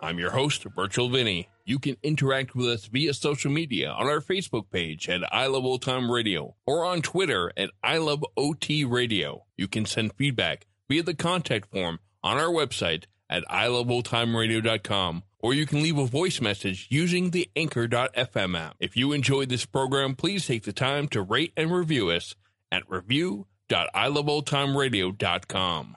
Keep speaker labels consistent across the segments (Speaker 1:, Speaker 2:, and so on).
Speaker 1: I'm your host, Virtual Vinny. You can interact with us via social media on our Facebook page at I Love Old Time Radio or on Twitter at I Love OT Radio. You can send feedback via the contact form on our website at iloveoldtimeradio.com or you can leave a voice message using the anchor.fm app. If you enjoyed this program, please take the time to rate and review us at review.iloveoldtimeradio.com.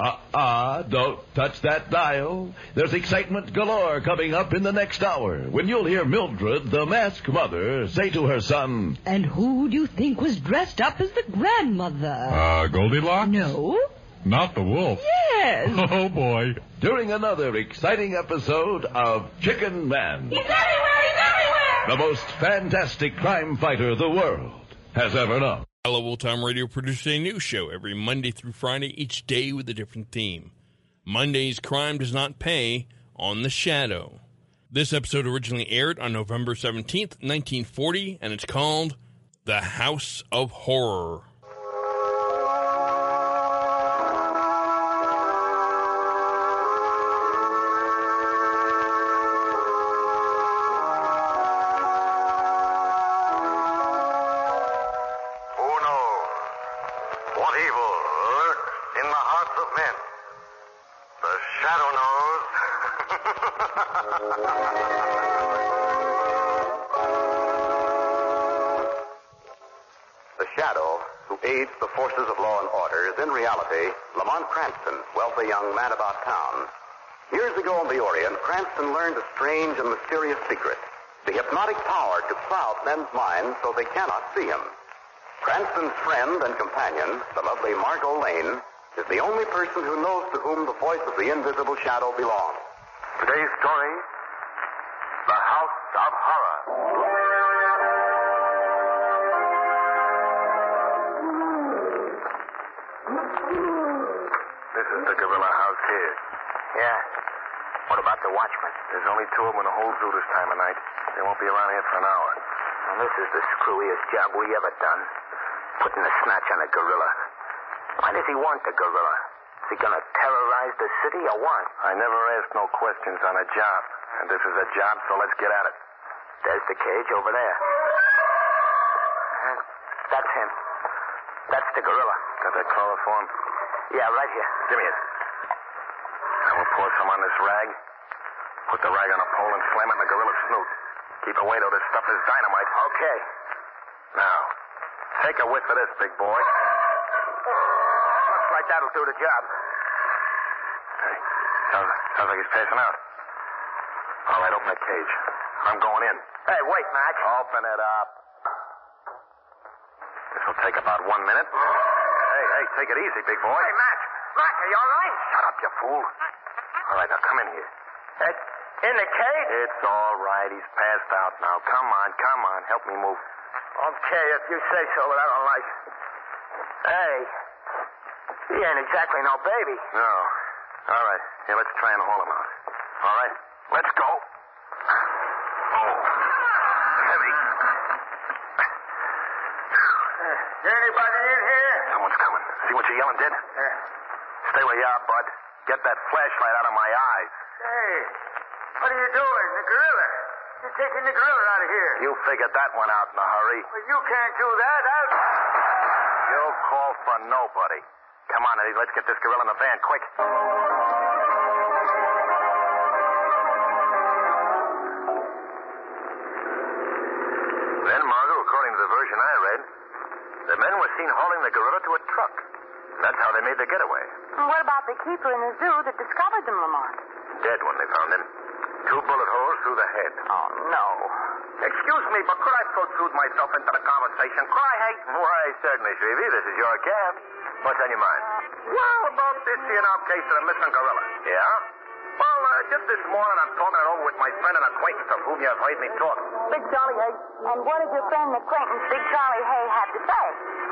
Speaker 2: Uh-uh, don't touch that dial. There's excitement galore coming up in the next hour when you'll hear Mildred, the mask mother, say to her son,
Speaker 3: And who do you think was dressed up as the grandmother?
Speaker 4: Uh, Goldilocks?
Speaker 3: no?
Speaker 4: Not the wolf.
Speaker 3: Yes.
Speaker 4: Oh, boy.
Speaker 2: during another exciting episode of Chicken Man,
Speaker 3: He's everywhere! He's everywhere!
Speaker 2: the most fantastic crime fighter the world has ever known.
Speaker 1: Hello, Old Time Radio produces a new show every Monday through Friday, each day with a different theme. Monday's Crime Does Not Pay on The Shadow. This episode originally aired on November 17th, 1940, and it's called The House of Horror.
Speaker 5: Who knows what evil lurks in the hearts of men? The shadow knows. the shadow, who aids the forces of law and order, is in reality Lamont Cranston, wealthy young man about town. Years ago in the Orient, Cranston learned a strange and mysterious secret. The hypnotic power to cloud men's minds so they cannot see him. Cranston's friend and companion, the lovely Margot Lane, is the only person who knows to whom the voice of the invisible shadow belongs. Today's story The House of Horror. This is the gorilla house here. Yeah. What about the watchman? There's only two of them in the whole zoo this time of night. They won't be around here for an hour. Well, this is the screwiest job we ever done. Putting a snatch on a gorilla. Why does he want the gorilla? Is he gonna terrorize the city or what? I never ask no questions on a job. And this is a job, so let's get at it. There's the cage over there. Uh, That's him. That's the gorilla. Got that chloroform? Yeah, right here. Give me it. I will pour some on this rag. Put the rag on a pole and slam it in the gorilla's snoot. Keep away though, this stuff is dynamite. Okay. Now, take a whiff of this, big boy. Looks like that'll do the job. Hey, sounds, sounds like he's passing out. All right, open the cage. I'm going in. Hey, wait, Mac. Open it up. This will take about one minute. Hey, hey, take it easy, big boy. Hey, Mac. Mac, are you all right? Shut up, you fool. All right, now come in here. in the cage? It's all right. He's passed out now. Come on, come on. Help me move. Okay, if you say so, but I don't like it. Hey, he ain't exactly no baby. No. All right. Here, let's try and haul him out. All right. Let's go. Oh. Heavy. Anybody in here? Someone's coming. See what you yelling did? Stay where you are, bud. Get that flashlight out of my eyes. Hey, what are you doing? The gorilla. You're taking the gorilla out of here. You figured that one out in a hurry. Well, you can't do that. I'll... You'll call for nobody. Come on, Eddie. Let's get this gorilla in the van quick. seen hauling the gorilla to a truck. That's how they made their getaway.
Speaker 6: What about the keeper in the zoo that discovered them, Lamont?
Speaker 5: Dead when they found him. Two bullet holes through the head.
Speaker 6: Oh, no.
Speaker 5: Excuse me, but could I protrude myself into the conversation? Could I hate? Why, certainly, Shrevey. This is your cab. What's on your mind? Well, about this here now case of the missing gorilla. Yeah? Well, uh, just this morning I'm talking it over with my friend and acquaintance of whom you have heard me talk.
Speaker 6: Big Charlie Hay. And what did your friend and acquaintance, Big Charlie Hay, have to say?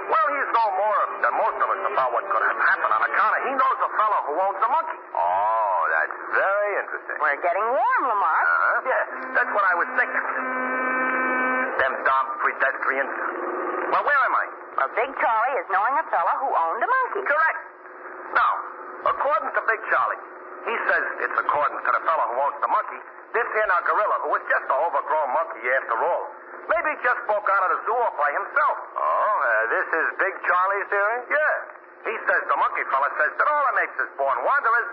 Speaker 5: Well, he's no more than most of us about what could have happened on account of he knows the fellow who owns the monkey. Oh, that's very interesting.
Speaker 6: We're getting warm, Lamont.
Speaker 5: Uh-huh. Yeah, that's what I was thinking. Them dumb pedestrians. Well, where am I?
Speaker 6: Well, Big Charlie is knowing a fella who owned a monkey.
Speaker 5: Correct. Now, according to Big Charlie, he says it's according to the fellow who owns the monkey, this here now gorilla, who was just an overgrown monkey after all, maybe just broke out of the zoo all by himself. Oh, uh, this is Big Charlie's theory? Yeah. He says the monkey fella says that all the makes is born wanderers,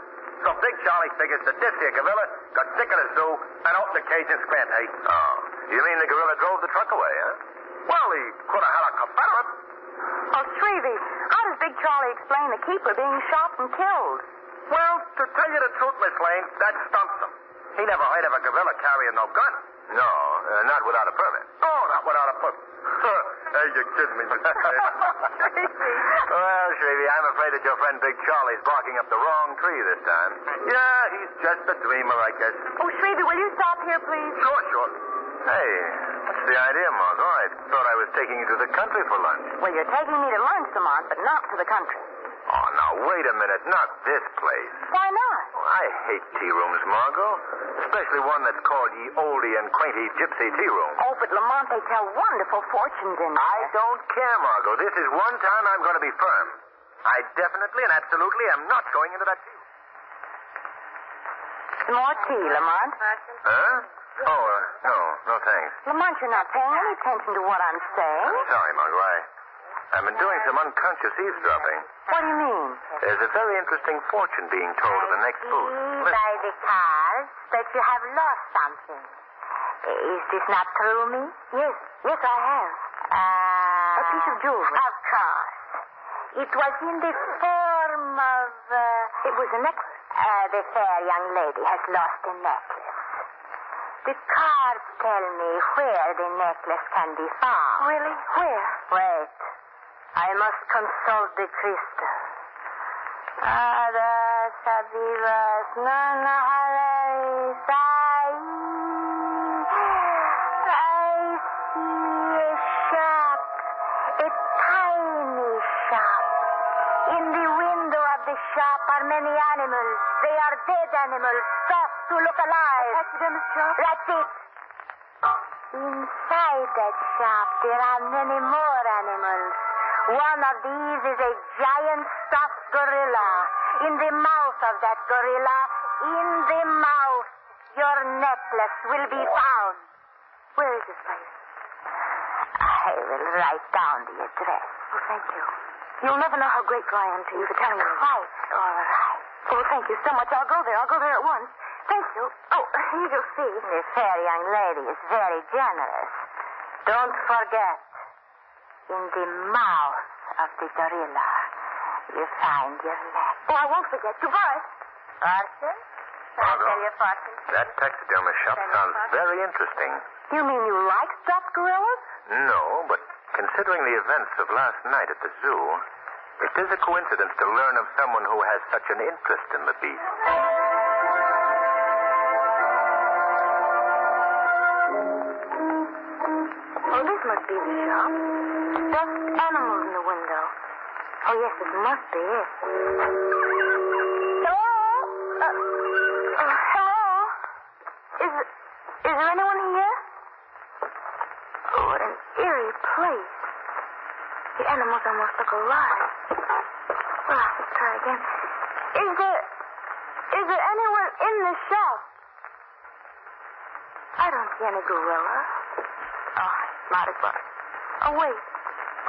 Speaker 5: so Big Charlie figures that this here gorilla got sick of the zoo and opened the cage and spent, hey? Oh. You mean the gorilla drove the truck away, huh? Well, he could have had a confederate.
Speaker 6: Oh, Shrevey, how does Big Charlie explain the keeper being shot and killed?
Speaker 5: Well, to tell you the truth, Miss Lane, that stumps him. He never heard of a gorilla carrying no gun. No, uh, not without a permit. Oh, not without a permit. hey, you're kidding me, Mr. well, Shrevey, I'm afraid that your friend Big Charlie's barking up the wrong tree this time. Yeah, he's just a dreamer, I guess.
Speaker 6: Oh, Shrevey, will you stop here, please?
Speaker 5: Sure, sure. Hey, what's the idea, Margot? I thought I was taking you to the country for lunch.
Speaker 6: Well, you're taking me to lunch, Lamont, but not to the country.
Speaker 5: Oh, now, wait a minute. Not this place.
Speaker 6: Why not?
Speaker 5: Oh, I hate tea rooms, Margot. Especially one that's called ye oldie and quainty gypsy tea room.
Speaker 6: Oh, but Lamont, they tell wonderful fortunes in there.
Speaker 5: I don't care, Margot. This is one time I'm going to be firm. I definitely and absolutely am not going into that tea room.
Speaker 6: Some more tea, Lamont.
Speaker 5: Huh? Oh, uh, no, no thanks.
Speaker 6: Lamont, you're not paying any attention to what I'm saying.
Speaker 5: I'm sorry, Margot. I, I've been doing some unconscious eavesdropping.
Speaker 6: What do you mean?
Speaker 5: There's a very interesting fortune being told in the next booth. Listen.
Speaker 6: the cars that you have lost something. Is this not true, me? Yes, yes, I have. Uh, a piece of jewelry. Of course. It was in the form of. Uh, it was a necklace. Uh, the fair young lady has lost a necklace. The cards tell me where the necklace can be found. Really? Where? Wait. I must consult the crystal. Ada sabivas nana harai sai. I see a shop, a tiny shop. In the window of the shop are many animals. They are dead animals, soft to look alive. That's it. Inside that shop, there are many more animals. One of these is a giant stuffed gorilla. In the mouth of that gorilla, in the mouth, your necklace will be found. Where is this place? I will write down the address. Oh, thank you. You'll never know how grateful I am to you for telling me. Quite all right. Oh, thank you so much. I'll go there. I'll go there at once. Thank you. Oh, you will see. The fair young lady is very generous. Don't forget, in the mouth of the gorilla, you find your neck. Oh, I won't forget. Goodbye. Arthur? I'll
Speaker 5: Margot?
Speaker 6: tell your fortune.
Speaker 5: That taxidermist shop sounds very interesting.
Speaker 6: You mean you like stuffed gorillas?
Speaker 5: No, but considering the events of last night at the zoo, it is a coincidence to learn of someone who has such an interest in the beast.
Speaker 6: Oh, this must be the shop. Stuffed animals in the window. Oh, yes, it must be it. Hello? Uh, uh, hello? Is, is there anyone here? Oh, what an eerie place. The animals almost look alive. Well, I should try again. Is there... Is there anyone in the shop? I don't see any gorilla. Oh, might as well. Oh, wait.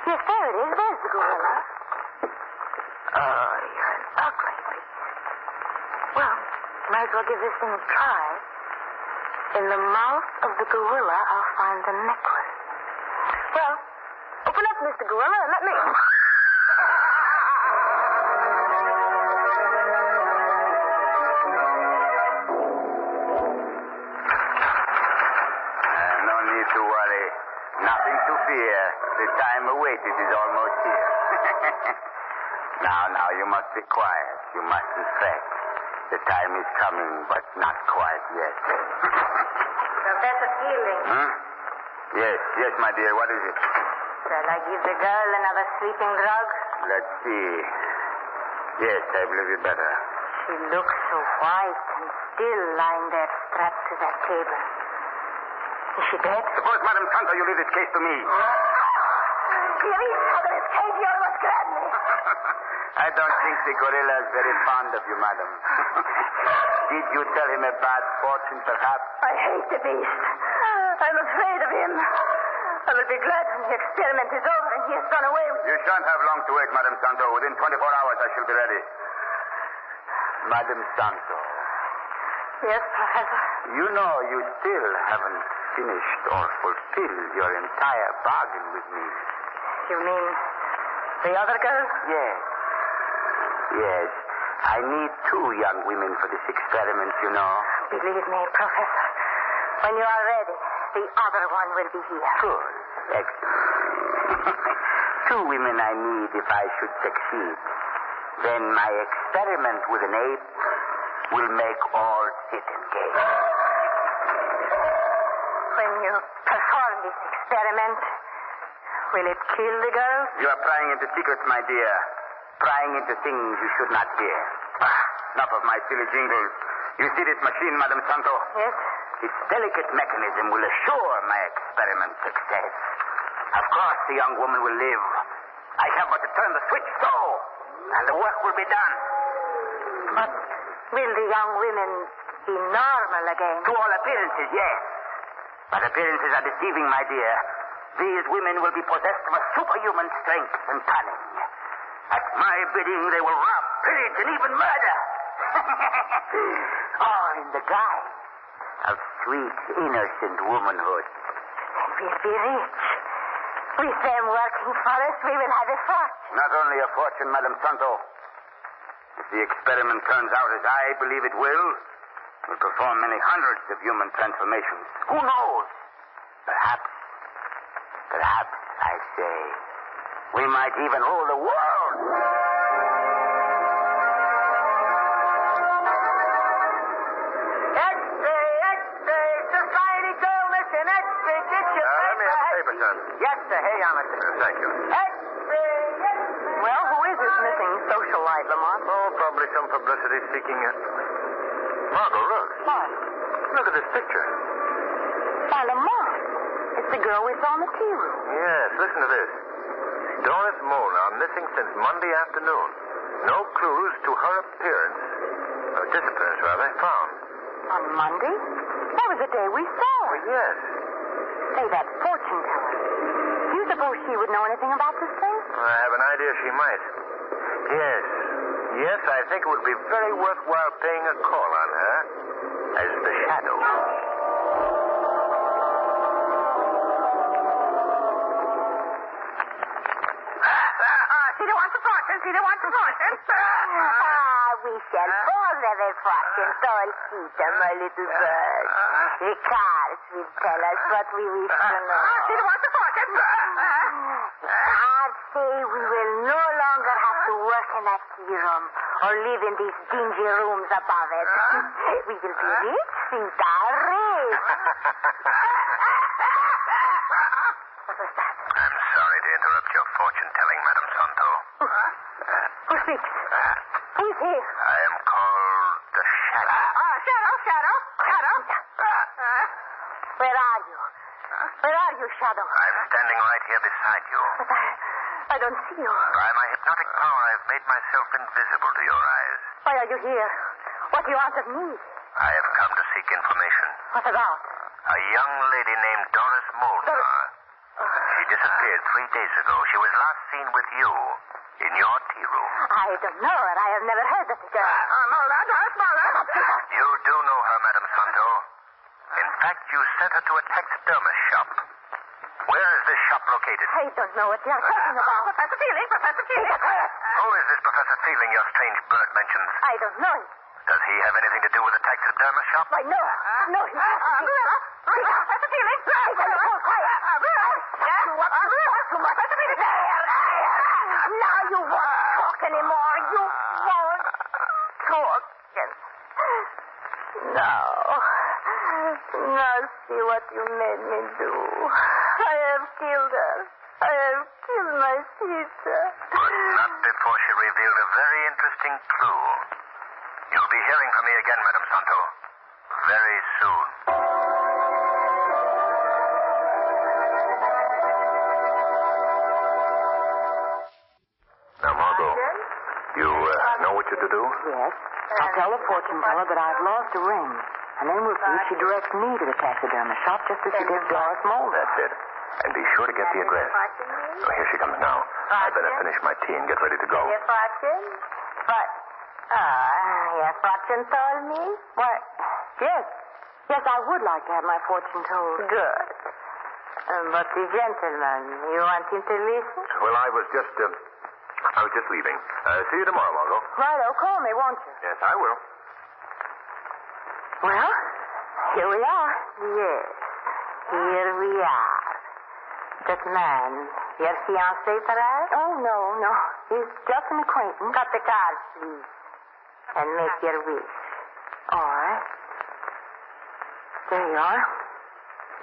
Speaker 6: Yes, there it is. There's the gorilla. Oh, you're an ugly beast. Well, might as well give this thing a try. In the mouth of the gorilla, I'll find the necklace. Well, open up, Mr. Gorilla, and let me.
Speaker 5: Eh, dear. The time awaited is almost here. now, now, you must be quiet. You must reflect. The time is coming, but not quite yet.
Speaker 6: Professor Keeling.
Speaker 5: hmm? Yes, yes, my dear. What is it?
Speaker 6: Shall I give the girl another sleeping drug?
Speaker 5: Let's see. Yes, I believe you better.
Speaker 6: She looks so white and still lying there strapped to that table. Is she dead?
Speaker 5: Suppose, Madam Tonto, you leave this case to me.
Speaker 6: Dearie, there is cage you must grab me.
Speaker 5: I don't think the gorilla is very fond of you, madam. Did you tell him a bad fortune, perhaps?
Speaker 6: I hate the beast. I'm afraid of him. I will be glad when the experiment is over and he has gone away with
Speaker 5: You shan't have long to wait, Madam Santo. Within 24 hours, I shall be ready. Madam Santo,
Speaker 6: Yes, Professor.
Speaker 5: you know you still haven't finished or fulfilled your entire bargain with me.
Speaker 6: You mean the other girl?
Speaker 5: Yes. Yes. I need two young women for this experiment, you know.
Speaker 6: Believe me, Professor. When you are ready, the other one will be here.
Speaker 5: Good. Excellent. Two women I need if I should succeed. Then my experiment with an ape will make all sit and gape.
Speaker 6: When you perform this experiment, will it kill the girl?
Speaker 5: You are prying into secrets, my dear. Prying into things you should not hear. Ah, enough of my silly jingles. You see this machine, Madam Santo?
Speaker 6: Yes.
Speaker 5: Its delicate mechanism will assure my experiment success. Of course, the young woman will live. I have but to turn the switch so, and the work will be done.
Speaker 6: But will the young women be normal again?
Speaker 5: To all appearances, yes. But appearances are deceiving, my dear. These women will be possessed of a superhuman strength and cunning. At my bidding, they will rob, pillage, and even murder. All in the guise of sweet, innocent womanhood.
Speaker 6: We'll be rich. With them working for us, we will have a fortune.
Speaker 5: Not only a fortune, Madam Santo. If the experiment turns out as I believe it will, it will perform many hundreds of human transformations. Who knows? Perhaps, perhaps, I say, we might even rule the world.
Speaker 6: X-ray, X-ray, society girl mission, X-ray, get your
Speaker 5: Uh, Yes, sir. Here you are, Mr. Uh, thank you.
Speaker 6: X-ray, X-ray. Well, who is this missing socialite, Lamont?
Speaker 5: Oh, probably some publicity seeking. Uh... Margot, look.
Speaker 6: What?
Speaker 5: Look at this picture.
Speaker 6: By Lamont. It's the girl we saw in the tea room.
Speaker 5: Yes, listen to this. Doris Molnar missing since Monday afternoon. No clues to her appearance. Or disappearance, rather, found.
Speaker 6: On Monday? That was the day we saw her.
Speaker 5: Oh, Yes.
Speaker 6: Say, that fortune teller. Do you suppose she would know anything about this thing?
Speaker 5: I have an idea she might. Yes. Yes, I think it would be very worthwhile paying a call on her as the shadow.
Speaker 6: She wants a fortune. She wants a fortune. ah, we shall all have a fortune. Don't keep them, my little bird. The cards will tell us what we wish to know. She wants a fortune. The cards say we will no longer have to work in that tea room or live in these dingy rooms above it. We will be rich, Sita, Ah. rich. What was that?
Speaker 5: I'm sorry to interrupt your fortune telling, Madam Santo.
Speaker 6: Who speaks? Who's here?
Speaker 5: I am called the Shadow.
Speaker 6: Shadow, Shadow, Shadow. Where are you? Where are you, Shadow?
Speaker 5: I'm standing right here beside you.
Speaker 6: But I, I don't see you.
Speaker 5: By my hypnotic power, I've made myself invisible to your eyes.
Speaker 6: Why are you here? What do you want of me?
Speaker 5: I have come to seek information.
Speaker 6: What about?
Speaker 5: A young lady named Doris Molnar. She disappeared three days ago. She was last seen with you in your tea room.
Speaker 6: I don't know her. I have never heard of the girl.
Speaker 5: Molnar, Doris Molnar. You do know her, Madam Santo. In fact, you sent her to a taxidermist shop. Where is this shop located?
Speaker 6: I don't know what you're talking about. Professor Feeling, Professor Feeling.
Speaker 5: Who is this Professor Feeling your strange bird mentions?
Speaker 6: I don't know him.
Speaker 5: Does he have anything to do with the taxidermy shop?
Speaker 6: Why, no. No, he doesn't. That's the feeling. He's on the phone. Quiet. Yes? You want to talk too much. That's the feeling. There, there. Now you won't talk anymore. You won't talk. No. Now see what you made me do. I have killed her. I have killed my sister.
Speaker 5: Not before she revealed a very interesting clue. You'll be hearing from me again, Madame Santo. Very soon. Now, Margot, you uh, know what you're to do?
Speaker 7: Yes. I'll tell the fortune teller that I've lost a ring. And then we'll see if she directs me to the taxidermist shop just as she did Doris Mulder.
Speaker 5: That's it. And be sure to get the address. Oh, here she comes now. I better finish my tea and get ready to go.
Speaker 6: Yes, Watson? But, ah, yes, Watson told me.
Speaker 7: Why, yes. Yes, I would like to have my fortune told.
Speaker 6: Good. Uh, but the gentleman, you want him to listen?
Speaker 5: Well, I was just, uh, I was just leaving. Uh, see you tomorrow, Margot.
Speaker 7: Righto, call me, won't you?
Speaker 5: Yes, I will.
Speaker 7: Well, here we are.
Speaker 6: Yes. Here we are. That man, your fiancé, perhaps?
Speaker 7: Oh, no, no. He's just an acquaintance.
Speaker 6: Got the cards, please. And make your wish.
Speaker 7: All right. There you are.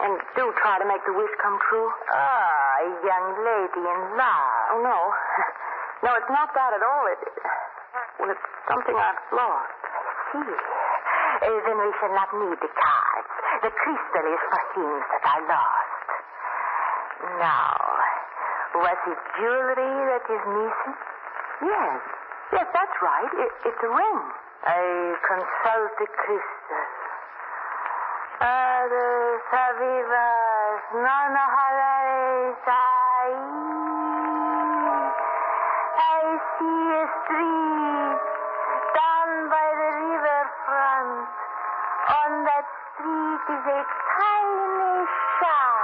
Speaker 7: And do try to make the wish come true.
Speaker 6: Ah, a young lady in love.
Speaker 7: Oh, no. No, it's not that at all. It, well, it's something I've lost.
Speaker 6: See. Eh, then we shall not need the cards. The crystal is for things that are lost. Now, was it jewelry that is missing?
Speaker 7: Yes. Yes, that's right. It, it's a ring.
Speaker 6: I consult the crystal. Ados avivas, non halares ai. I see a street down by the river front. On that street is a tiny shop.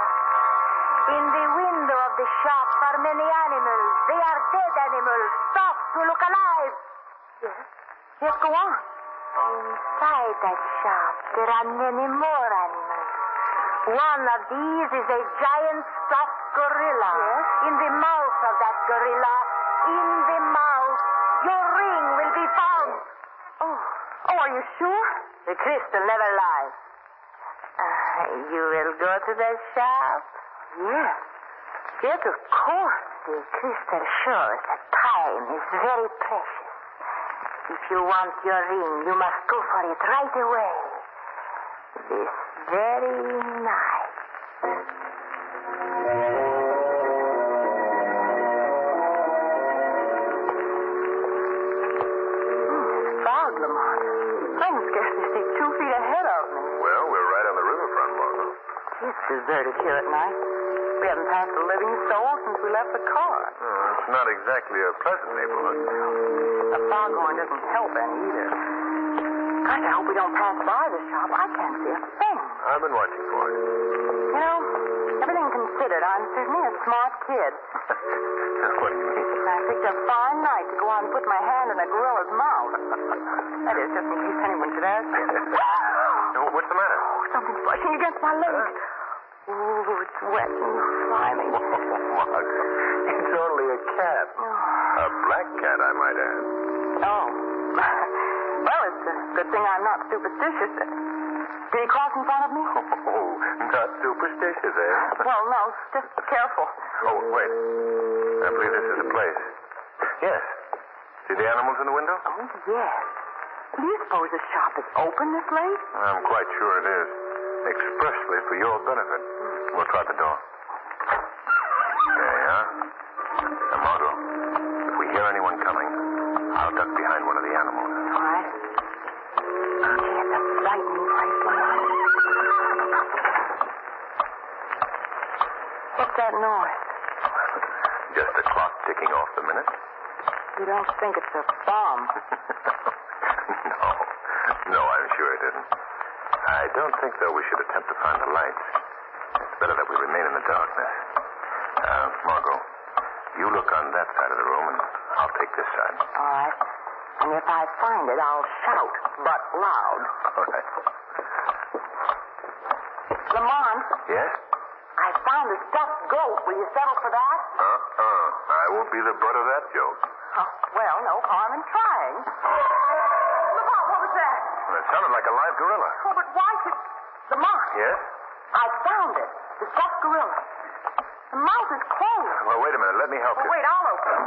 Speaker 6: In the window of the shop are many animals. They are dead animals. Stop to look alive.
Speaker 7: Yes. Yes, go on.
Speaker 6: Inside that shop, there are many more animals. One of these is a giant stuffed gorilla.
Speaker 7: Yes?
Speaker 6: In the mouth of that gorilla, in the mouth, your ring will be found.
Speaker 7: Oh. Oh, are you sure?
Speaker 6: The crystal never lies. Uh, you will go to that shop?
Speaker 7: Yes.
Speaker 6: Yes, of course. The crystal shows that time is very precious. If you want your ring, you must go for it right away. This very night. Hmm,
Speaker 7: Fog, Lamont. I can scarcely see two feet ahead of me.
Speaker 5: Well, we're right on the riverfront, Margot.
Speaker 7: It's deserted here at night. We haven't passed a living soul since we left the car.
Speaker 5: Hmm, it's not exactly a pleasant neighborhood.
Speaker 7: A foghorn doesn't help any either. Gosh, I hope we don't pass by the shop. I can't see a thing.
Speaker 5: I've been watching for it.
Speaker 7: You know, everything considered, I'm certainly a smart kid.
Speaker 5: what do you mean?
Speaker 7: And I picked a fine night to go out and put my hand in a gorilla's mouth. That is, just in case anyone should ask.
Speaker 5: Oh, What's the matter?
Speaker 7: Something's brushing against my leg. Ooh, it's wet and slimy.
Speaker 5: Margot, it's only a cat. A black cat, I might add.
Speaker 7: Oh. well, it's a good thing I'm not superstitious. Did he cross in front of me?
Speaker 5: Oh, not superstitious, eh?
Speaker 7: Well, no, just careful.
Speaker 5: Oh, wait. I believe this is the place. Yes. See the animals in the window?
Speaker 7: Oh, yes. Do you suppose the shop is open this late?
Speaker 5: I'm quite sure it is. Expressly for your benefit. We'll try the door. There you are. Now, Margot, if we hear anyone coming, I'll duck behind one of the animals.
Speaker 7: All right. Okay, it's a frightening place, Lamont. What's that noise?
Speaker 5: Just the clock ticking off the minute.
Speaker 7: You don't think it's a bomb?
Speaker 5: no. No, I'm sure it isn't. I don't think, though, we should attempt to find the lights. It's better that we remain in the darkness. Uh, Margot, you look on that side of the room, and I'll take this side.
Speaker 7: All right.
Speaker 6: And if I find it, I'll shout, but loud.
Speaker 5: All right.
Speaker 6: Lamont,
Speaker 5: Yes?
Speaker 6: I found a stuffed goat. Will you settle for that?
Speaker 5: Uh-uh. I won't be the butt of that joke.
Speaker 6: Oh, well, no harm in trying. Lamont, what was that?
Speaker 5: Well, it sounded like a live gorilla.
Speaker 6: Oh, but why should... Lamont.
Speaker 5: Yes?
Speaker 6: I found it. The stuffed gorilla. The mouth is closed.
Speaker 5: Well, wait a minute. Let me help
Speaker 6: Well,
Speaker 5: you.
Speaker 6: wait, I'll open it.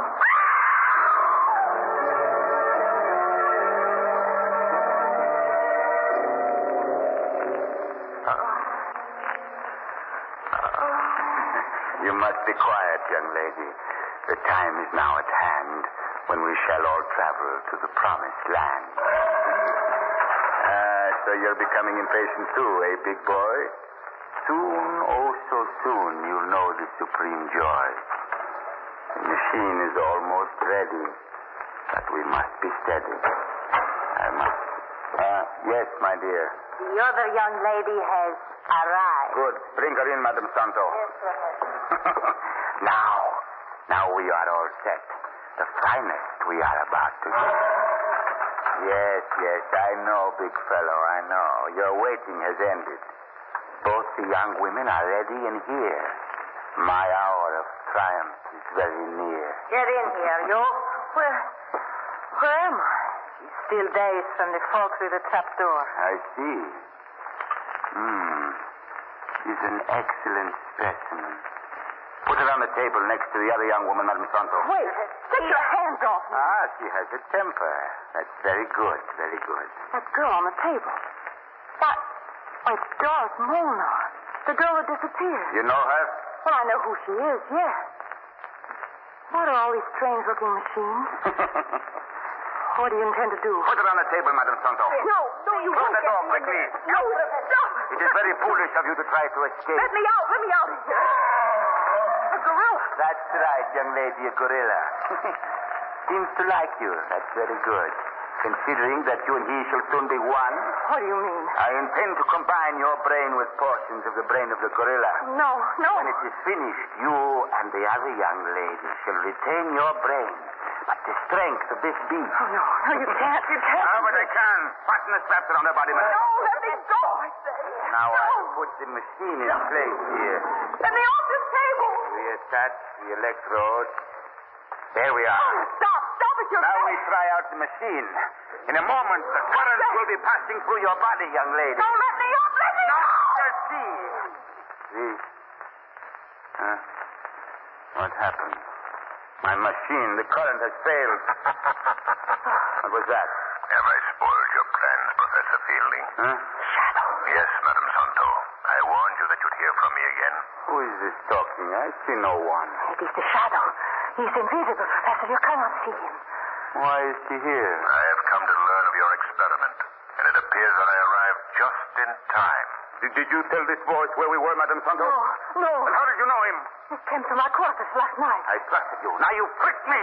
Speaker 5: You must be quiet, young lady. The time is now at hand when we shall all travel to the promised land. Ah, so you're becoming impatient too, eh, big boy? Soon, oh so soon, you'll know the supreme joy. The machine is almost ready, but we must be steady. I must. Ah, yes, my dear.
Speaker 8: The other young lady has arrived.
Speaker 5: Good. Bring her in, Madame Santo. now, now we are all set. The finest we are about to get. Yes, yes, I know, big fellow, I know. Your waiting has ended. Both the young women are ready and here. My hour of triumph is very near.
Speaker 6: Get in here, you. Where, where am I? She's still dazed from the fall through the trap door.
Speaker 5: I see. Hmm. She's an excellent specimen. Put her on the table next to the other young woman, Madame Santo.
Speaker 6: Wait, take your hands off me.
Speaker 5: Ah, she has a temper. That's very good, very good.
Speaker 6: That girl on the table. Why, why, Doris Molnar. The girl that disappeared.
Speaker 5: You know her?
Speaker 6: Well, I know who she is, yes. What are all these strange looking machines? what do you intend to do?
Speaker 5: Put her on the table, Madame Santo.
Speaker 6: No, no, you
Speaker 5: Close
Speaker 6: won't
Speaker 5: the
Speaker 6: get
Speaker 5: door
Speaker 6: me.
Speaker 5: quickly.
Speaker 6: No, stop.
Speaker 5: It is very foolish of you to try to escape.
Speaker 6: Let me out. Let me out of here. A gorilla.
Speaker 5: That's right, young lady, a gorilla. Seems to like you. That's very good. Considering that you and he shall soon be one,
Speaker 6: What do you mean?
Speaker 5: I intend to combine your brain with portions of the brain of the gorilla.
Speaker 6: No, no.
Speaker 5: When it is finished, you and the other young lady shall retain your brain, but the strength of this beast.
Speaker 6: Oh, no, no, you can't. You can't.
Speaker 5: Ah, but I can. Fasten the straps around her body, madam.
Speaker 6: No, let me go, I say.
Speaker 5: Now
Speaker 6: no.
Speaker 5: I put the machine in place here.
Speaker 6: Let me off this table.
Speaker 5: We attach the electrodes. There we are.
Speaker 6: Oh, stop. Stop it, you
Speaker 5: Now we try out the machine. In a moment, the current will be passing through your body, young lady.
Speaker 6: Don't let me up. Let me out.
Speaker 5: Just see. See? Huh? What happened? My machine, the current has failed. what was that?
Speaker 9: Have I spoiled your plans, Professor Fielding?
Speaker 5: Huh?
Speaker 9: Shadow. Yes, Madam Santo. I warned you that you'd hear from me again.
Speaker 5: Who is this talking? I see no one.
Speaker 6: It is the shadow. He's invisible, Professor. You cannot see him.
Speaker 5: Why is she here?
Speaker 9: I have come to learn of your experiment, and it appears that I arrived just in time.
Speaker 5: Did, did you tell this voice where we were, Madame Santo?
Speaker 6: No, Oh, no.
Speaker 5: And how did you know him?
Speaker 6: He came to my quarters last night.
Speaker 5: I trusted you. Now you tricked me.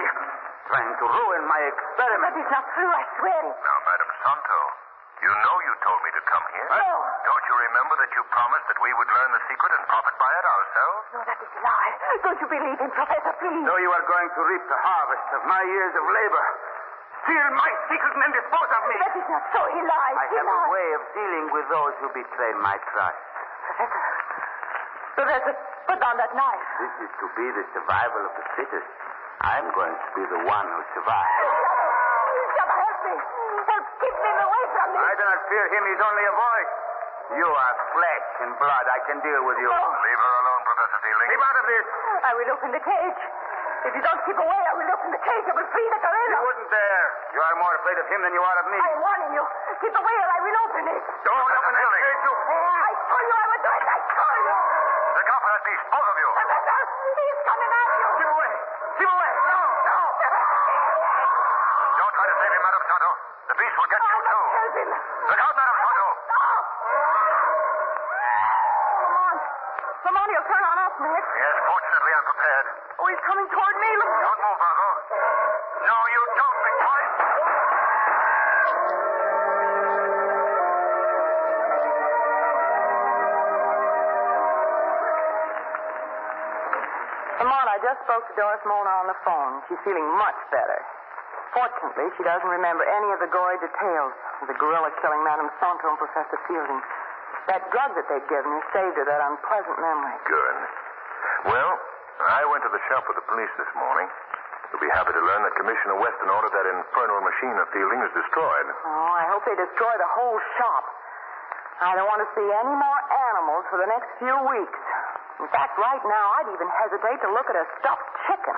Speaker 5: Trying to ruin my
Speaker 6: But
Speaker 5: experiment.
Speaker 6: it's not true, I swear it.
Speaker 9: Now, Madam Santo, you know you told me to come here.
Speaker 6: No.
Speaker 9: Don't you remember that you promised that we would learn the secret and profit by it ourselves?
Speaker 6: No, that is a lie. Don't you believe him, Professor, please.
Speaker 5: So you are going to reap the harvest of my years of labor. Steal my secret and then dispose of me.
Speaker 6: That is not so. He lies.
Speaker 5: I
Speaker 6: he
Speaker 5: have a
Speaker 6: lies.
Speaker 5: way of dealing with those who betray my trust.
Speaker 6: Professor. Professor, put down that knife.
Speaker 5: This is to be the survival of the fittest. I'm going to be the one who survives.
Speaker 6: Just help me. Help keep him away from me.
Speaker 5: I do not fear him. He's only a voice. You are flesh and blood. I can deal with you.
Speaker 9: Leave her alone, Professor Fielding.
Speaker 5: Keep out of this.
Speaker 6: I will open the cage. If you don't keep away, I will open the cage. I will free the
Speaker 5: You
Speaker 6: gorilla.
Speaker 5: wouldn't dare. You are more afraid of him than you are of me.
Speaker 6: I am warning you. Keep away or I will open it.
Speaker 5: Don't open the cage, you fool.
Speaker 6: I told you I would do it. I told you.
Speaker 9: Take off that beast, both of you.
Speaker 6: Professor, he's coming at you.
Speaker 5: Keep away. Keep away. No, no.
Speaker 9: Don't try to save him, Madam Santo. The beast will get you,
Speaker 5: Oh,
Speaker 9: too.
Speaker 6: Help him.
Speaker 9: Look out, Madam Santo.
Speaker 6: Lamont. Lamont, he'll turn on us, Nick.
Speaker 9: Yes, fortunately, I'm prepared.
Speaker 6: Oh, he's coming toward me. Look.
Speaker 9: Don't move, Margot. No, you don't, big boy.
Speaker 6: Lamont, I just spoke to Doris Mona on the phone. She's feeling much better.
Speaker 10: Fortunately, she doesn't remember any of the gory details of the gorilla killing Madame Santo and Professor Fielding. That drug that they'd given her saved her that unpleasant memory.
Speaker 5: Good. Well, I went to the shop with the police this morning. You'll be happy to learn that Commissioner Weston ordered that infernal machine of Fielding is destroyed.
Speaker 10: Oh, I hope they destroy the whole shop. I don't want to see any more animals for the next few weeks. In fact, right now, I'd even hesitate to look at a stuffed chicken.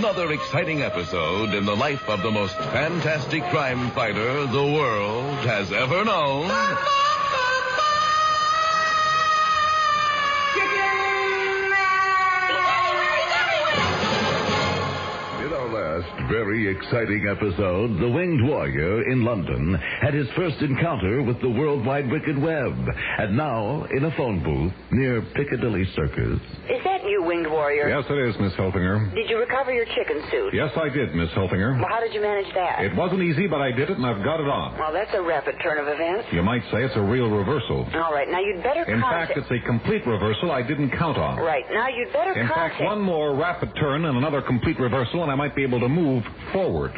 Speaker 3: Another exciting episode in the life of the most fantastic crime fighter the world has ever known. In our last very exciting episode, the Winged Warrior in London had his first encounter with the World Wide Wicked Web, and now in a phone booth near Piccadilly Circus.
Speaker 6: Is that you, Winged Warrior?
Speaker 4: Yes, it is, Miss Helfinger.
Speaker 6: Did you recover your chicken suit?
Speaker 4: Yes, I did, Miss Helfinger.
Speaker 6: Well, how did you manage that?
Speaker 4: It wasn't easy, but I did it, and I've got it on.
Speaker 6: Well, that's a rapid turn of events.
Speaker 4: You might say it's a real reversal.
Speaker 6: All right, now you'd better
Speaker 4: In fact,
Speaker 6: contact...
Speaker 4: it's a complete reversal I didn't count on.
Speaker 6: Right, now you'd better
Speaker 4: In
Speaker 6: contact...
Speaker 4: fact, one more rapid turn and another complete reversal, and I might be able to move forward.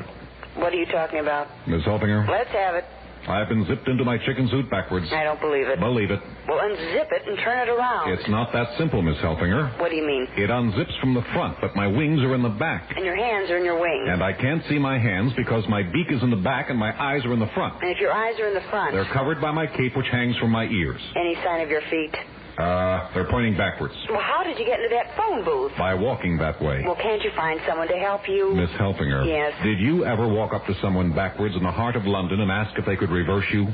Speaker 6: What are you talking about?
Speaker 4: Miss Helfinger,
Speaker 6: Let's have it.
Speaker 4: I've been zipped into my chicken suit backwards.
Speaker 6: I don't believe it.
Speaker 4: Believe it.
Speaker 6: Well, unzip it and turn it around.
Speaker 4: It's not that simple, Miss Helfinger.
Speaker 6: What do you mean?
Speaker 4: It unzips from the front, but my wings are in the back.
Speaker 6: And your hands are in your wings.
Speaker 4: And I can't see my hands because my beak is in the back and my eyes are in the front.
Speaker 6: And if your eyes are in the front,
Speaker 4: They're covered by my cape, which hangs from my ears.
Speaker 6: any sign of your feet?
Speaker 4: Uh, they're pointing backwards
Speaker 6: Well, how did you get into that phone booth?
Speaker 4: by walking that way.
Speaker 6: Well, can't you find someone to help you?
Speaker 4: Miss Helfinger.
Speaker 6: Yes.
Speaker 4: Did you ever walk up to someone backwards in the heart of London and ask if they could reverse you?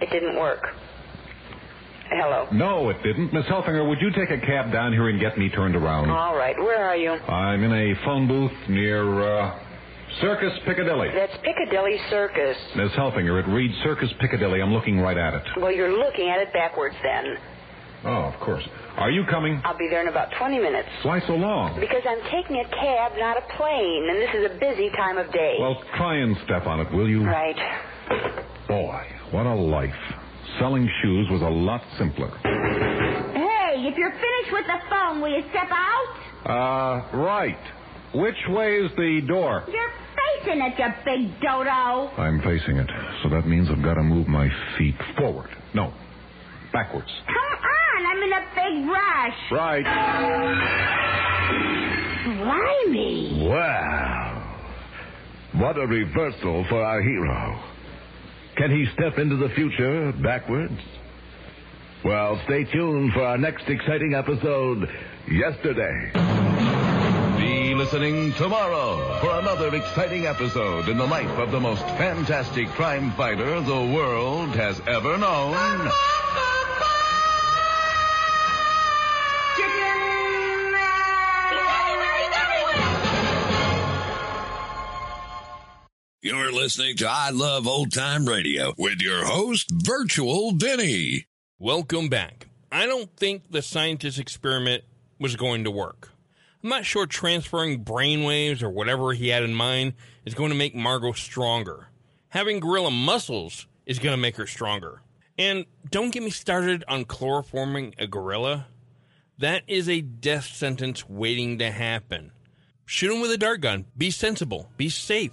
Speaker 6: It didn't work. Hello.
Speaker 4: No, it didn't. Miss Helfinger, would you take a cab down here and get me turned around?
Speaker 6: All right, where are you?
Speaker 4: I'm in a phone booth near uh, Circus Piccadilly.
Speaker 6: That's Piccadilly Circus.
Speaker 4: Miss Helfinger, it reads Circus Piccadilly. I'm looking right at it.
Speaker 6: Well, you're looking at it backwards then.
Speaker 4: Oh, of course. Are you coming?
Speaker 6: I'll be there in about 20 minutes.
Speaker 4: Why so long?
Speaker 6: Because I'm taking a cab, not a plane, and this is a busy time of day.
Speaker 4: Well, try and step on it, will you?
Speaker 6: right.
Speaker 4: Boy, what a life. Selling shoes was a lot simpler.
Speaker 11: Hey, if you're finished with the phone, will you step out?
Speaker 4: Uh, right. Which way is the door?
Speaker 11: You're facing it, you big dodo.
Speaker 4: I'm facing it, so that means I've got to move my feet forward. No, backwards.
Speaker 11: Come on, I'm in a big rush.
Speaker 4: Right.
Speaker 11: Blimey.
Speaker 3: Wow. What a reversal for our hero. Can he step into the future backwards? Well, stay tuned for our next exciting episode, Yesterday. Be listening tomorrow for another exciting episode in the life of the most fantastic crime fighter the world has ever known.
Speaker 12: You're listening to I Love Old Time Radio with your host, Virtual Vinny.
Speaker 1: Welcome back. I don't think the scientist experiment was going to work. I'm not sure transferring brainwaves or whatever he had in mind is going to make Margot stronger. Having gorilla muscles is going to make her stronger. And don't get me started on chloroforming a gorilla. That is a death sentence waiting to happen. Shoot him with a dart gun. Be sensible. Be safe.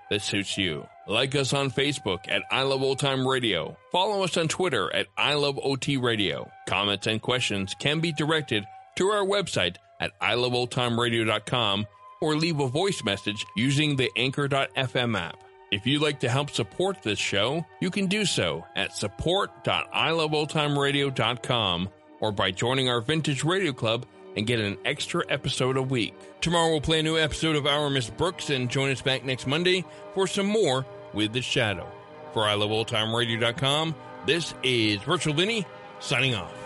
Speaker 12: that suits you. Like us on Facebook at I Love Old Time Radio. Follow us on Twitter at I Love OT Radio. Comments and questions can be directed to our website at iloveoldtimeradio.com or leave a voice message using the anchor.fm app. If you'd like to help support this show, you can do so at support.iloveoldtimeradio.com or by joining our Vintage Radio Club and get an extra episode a week. Tomorrow we'll play a new episode of Our Miss Brooks and join us back next Monday for some more with the Shadow. For iloveoldtimeradio.com, this is Virtual Vinny signing off.